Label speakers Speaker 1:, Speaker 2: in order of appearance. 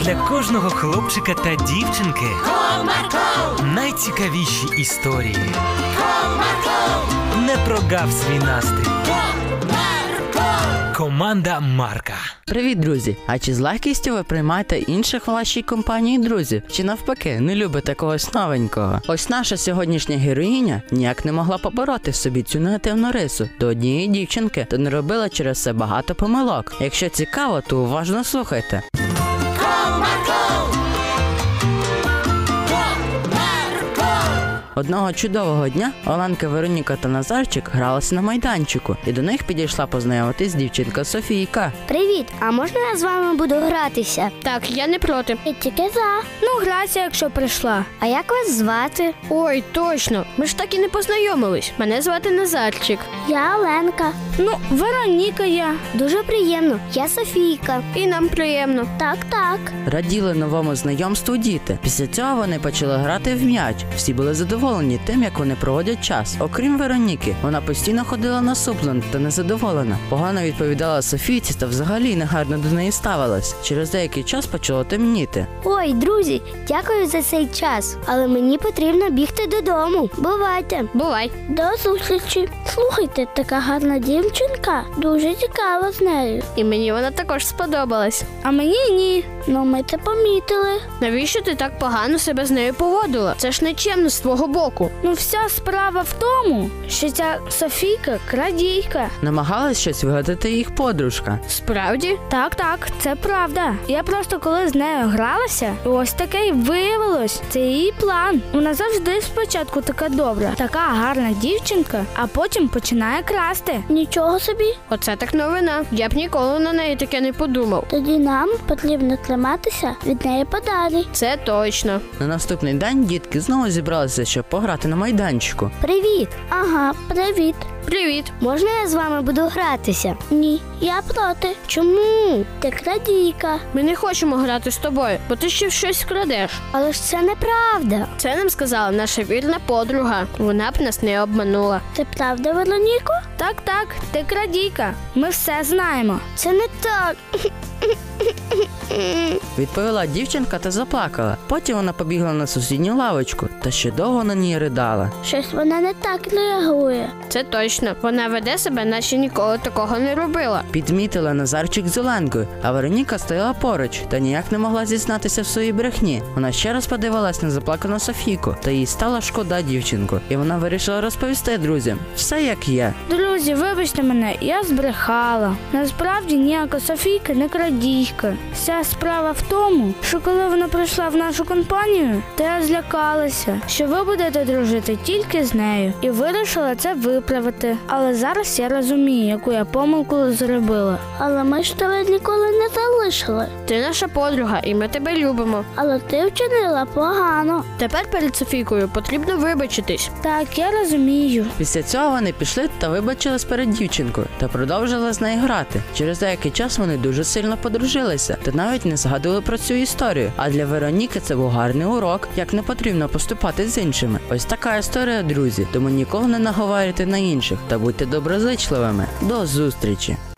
Speaker 1: для кожного хлопчика та дівчинки
Speaker 2: Comarco,
Speaker 1: найцікавіші історії.
Speaker 2: Comarco,
Speaker 1: Не прогав свій настрій.
Speaker 2: Comarco.
Speaker 1: Команда Марка.
Speaker 3: Привіт, друзі! А чи з легкістю ви приймаєте інших у вашій компанії друзів? Чи навпаки, не любите когось новенького? Ось наша сьогоднішня героїня ніяк не могла побороти в собі цю негативну рису до однієї дівчинки, то не робила через це багато помилок. Якщо цікаво, то уважно слухайте. Одного чудового дня Оленка Вероніка та Назарчик гралися на майданчику, і до них підійшла познайомитись дівчинка Софійка.
Speaker 4: Привіт, а можна я з вами буду гратися?
Speaker 5: Так, я не проти.
Speaker 4: Я тільки за.
Speaker 5: Ну, грайся, якщо прийшла.
Speaker 4: А як вас звати?
Speaker 5: Ой, точно, ми ж так і не познайомились. Мене звати Назарчик.
Speaker 4: Я Оленка.
Speaker 5: Ну, Вероніка я.
Speaker 4: Дуже приємно. Я Софійка.
Speaker 5: І нам приємно.
Speaker 4: Так, так.
Speaker 3: Раділи новому знайомству діти. Після цього вони почали грати в м'яч. Всі були задоволені тим, як вони проводять час. Окрім Вероніки, вона постійно ходила насуплена та незадоволена. Погано відповідала Софійці та взагалі негарно до неї ставилась. Через деякий час почало темніти.
Speaker 4: Ой, друзі, дякую за цей час. Але мені потрібно бігти додому. Бувайте.
Speaker 5: Бувай.
Speaker 4: До зустрічі. Слухайте, така гарна дівчинка. Дуже цікаво з нею.
Speaker 5: І мені вона також сподобалась. А мені ні.
Speaker 4: Ну, ми це помітили.
Speaker 5: Навіщо ти так погано себе з нею поводила? Це ж нечемно з твого боку. Ну, вся справа в тому, що ця Софійка крадійка.
Speaker 3: Намагалась щось вигадати їх подружка.
Speaker 5: Справді?
Speaker 6: Так, так, це правда. Я просто коли з нею гралася, ось таке й виявилось. Це її план. Вона завжди спочатку така добра, така гарна дівчинка, а потім починає красти.
Speaker 4: Нічого собі.
Speaker 5: Оце так новина. Я б ніколи на неї таке не подумав.
Speaker 4: Тоді нам потрібно триматися від неї подалі.
Speaker 5: Це точно.
Speaker 3: На наступний день дітки знову зібралися, щоб пограти на майданчику.
Speaker 4: Привіт. Ага, привіт.
Speaker 5: Привіт.
Speaker 4: Можна я з вами буду гратися? Ні, я проти. Чому? Ти крадійка.
Speaker 5: Ми не хочемо грати з тобою, бо ти ще щось крадеш.
Speaker 4: Але ж це неправда.
Speaker 5: Це нам сказала наша вірна подруга. Вона б нас не обманула.
Speaker 4: Це правда, Вероніко?
Speaker 6: Так, так, ти крадійка. Ми все знаємо.
Speaker 4: Це не так.
Speaker 3: Відповіла дівчинка та заплакала. Потім вона побігла на сусідню лавочку та ще довго на ній ридала.
Speaker 4: Щось вона не так реагує.
Speaker 5: Це точно. Вона веде себе, наче ніколи такого не робила.
Speaker 3: Підмітила Назарчик з Оленкою, а Вероніка стояла поруч та ніяк не могла зізнатися в своїй брехні. Вона ще раз подивилась на заплакану Софійку, та їй стала шкода дівчинку, і вона вирішила розповісти друзям все як є.
Speaker 6: Друзі, вибачте мене, я збрехала. Насправді ніяка Софійка не крадійка. Вся справа в тому, що коли вона прийшла в нашу компанію, то я злякалася, що ви будете дружити тільки з нею, і вирішила це виправити. Але зараз я розумію, яку я помилку зробила.
Speaker 4: Але ми ж тебе ніколи не залишили.
Speaker 5: Ти наша подруга, і ми тебе любимо.
Speaker 4: Але ти вчинила погано.
Speaker 5: Тепер перед Софійкою потрібно вибачитись.
Speaker 6: Так, я розумію.
Speaker 3: Після цього вони пішли та вибачились перед дівчинкою та продовжили з нею грати. Через деякий час вони дуже сильно подружилися та навіть не згадували про цю історію. А для Вероніки це був гарний урок, як не потрібно поступати з іншими. Ось така історія, друзі. Тому нікого не наговарюйте на інших та будьте доброзичливими. До зустрічі!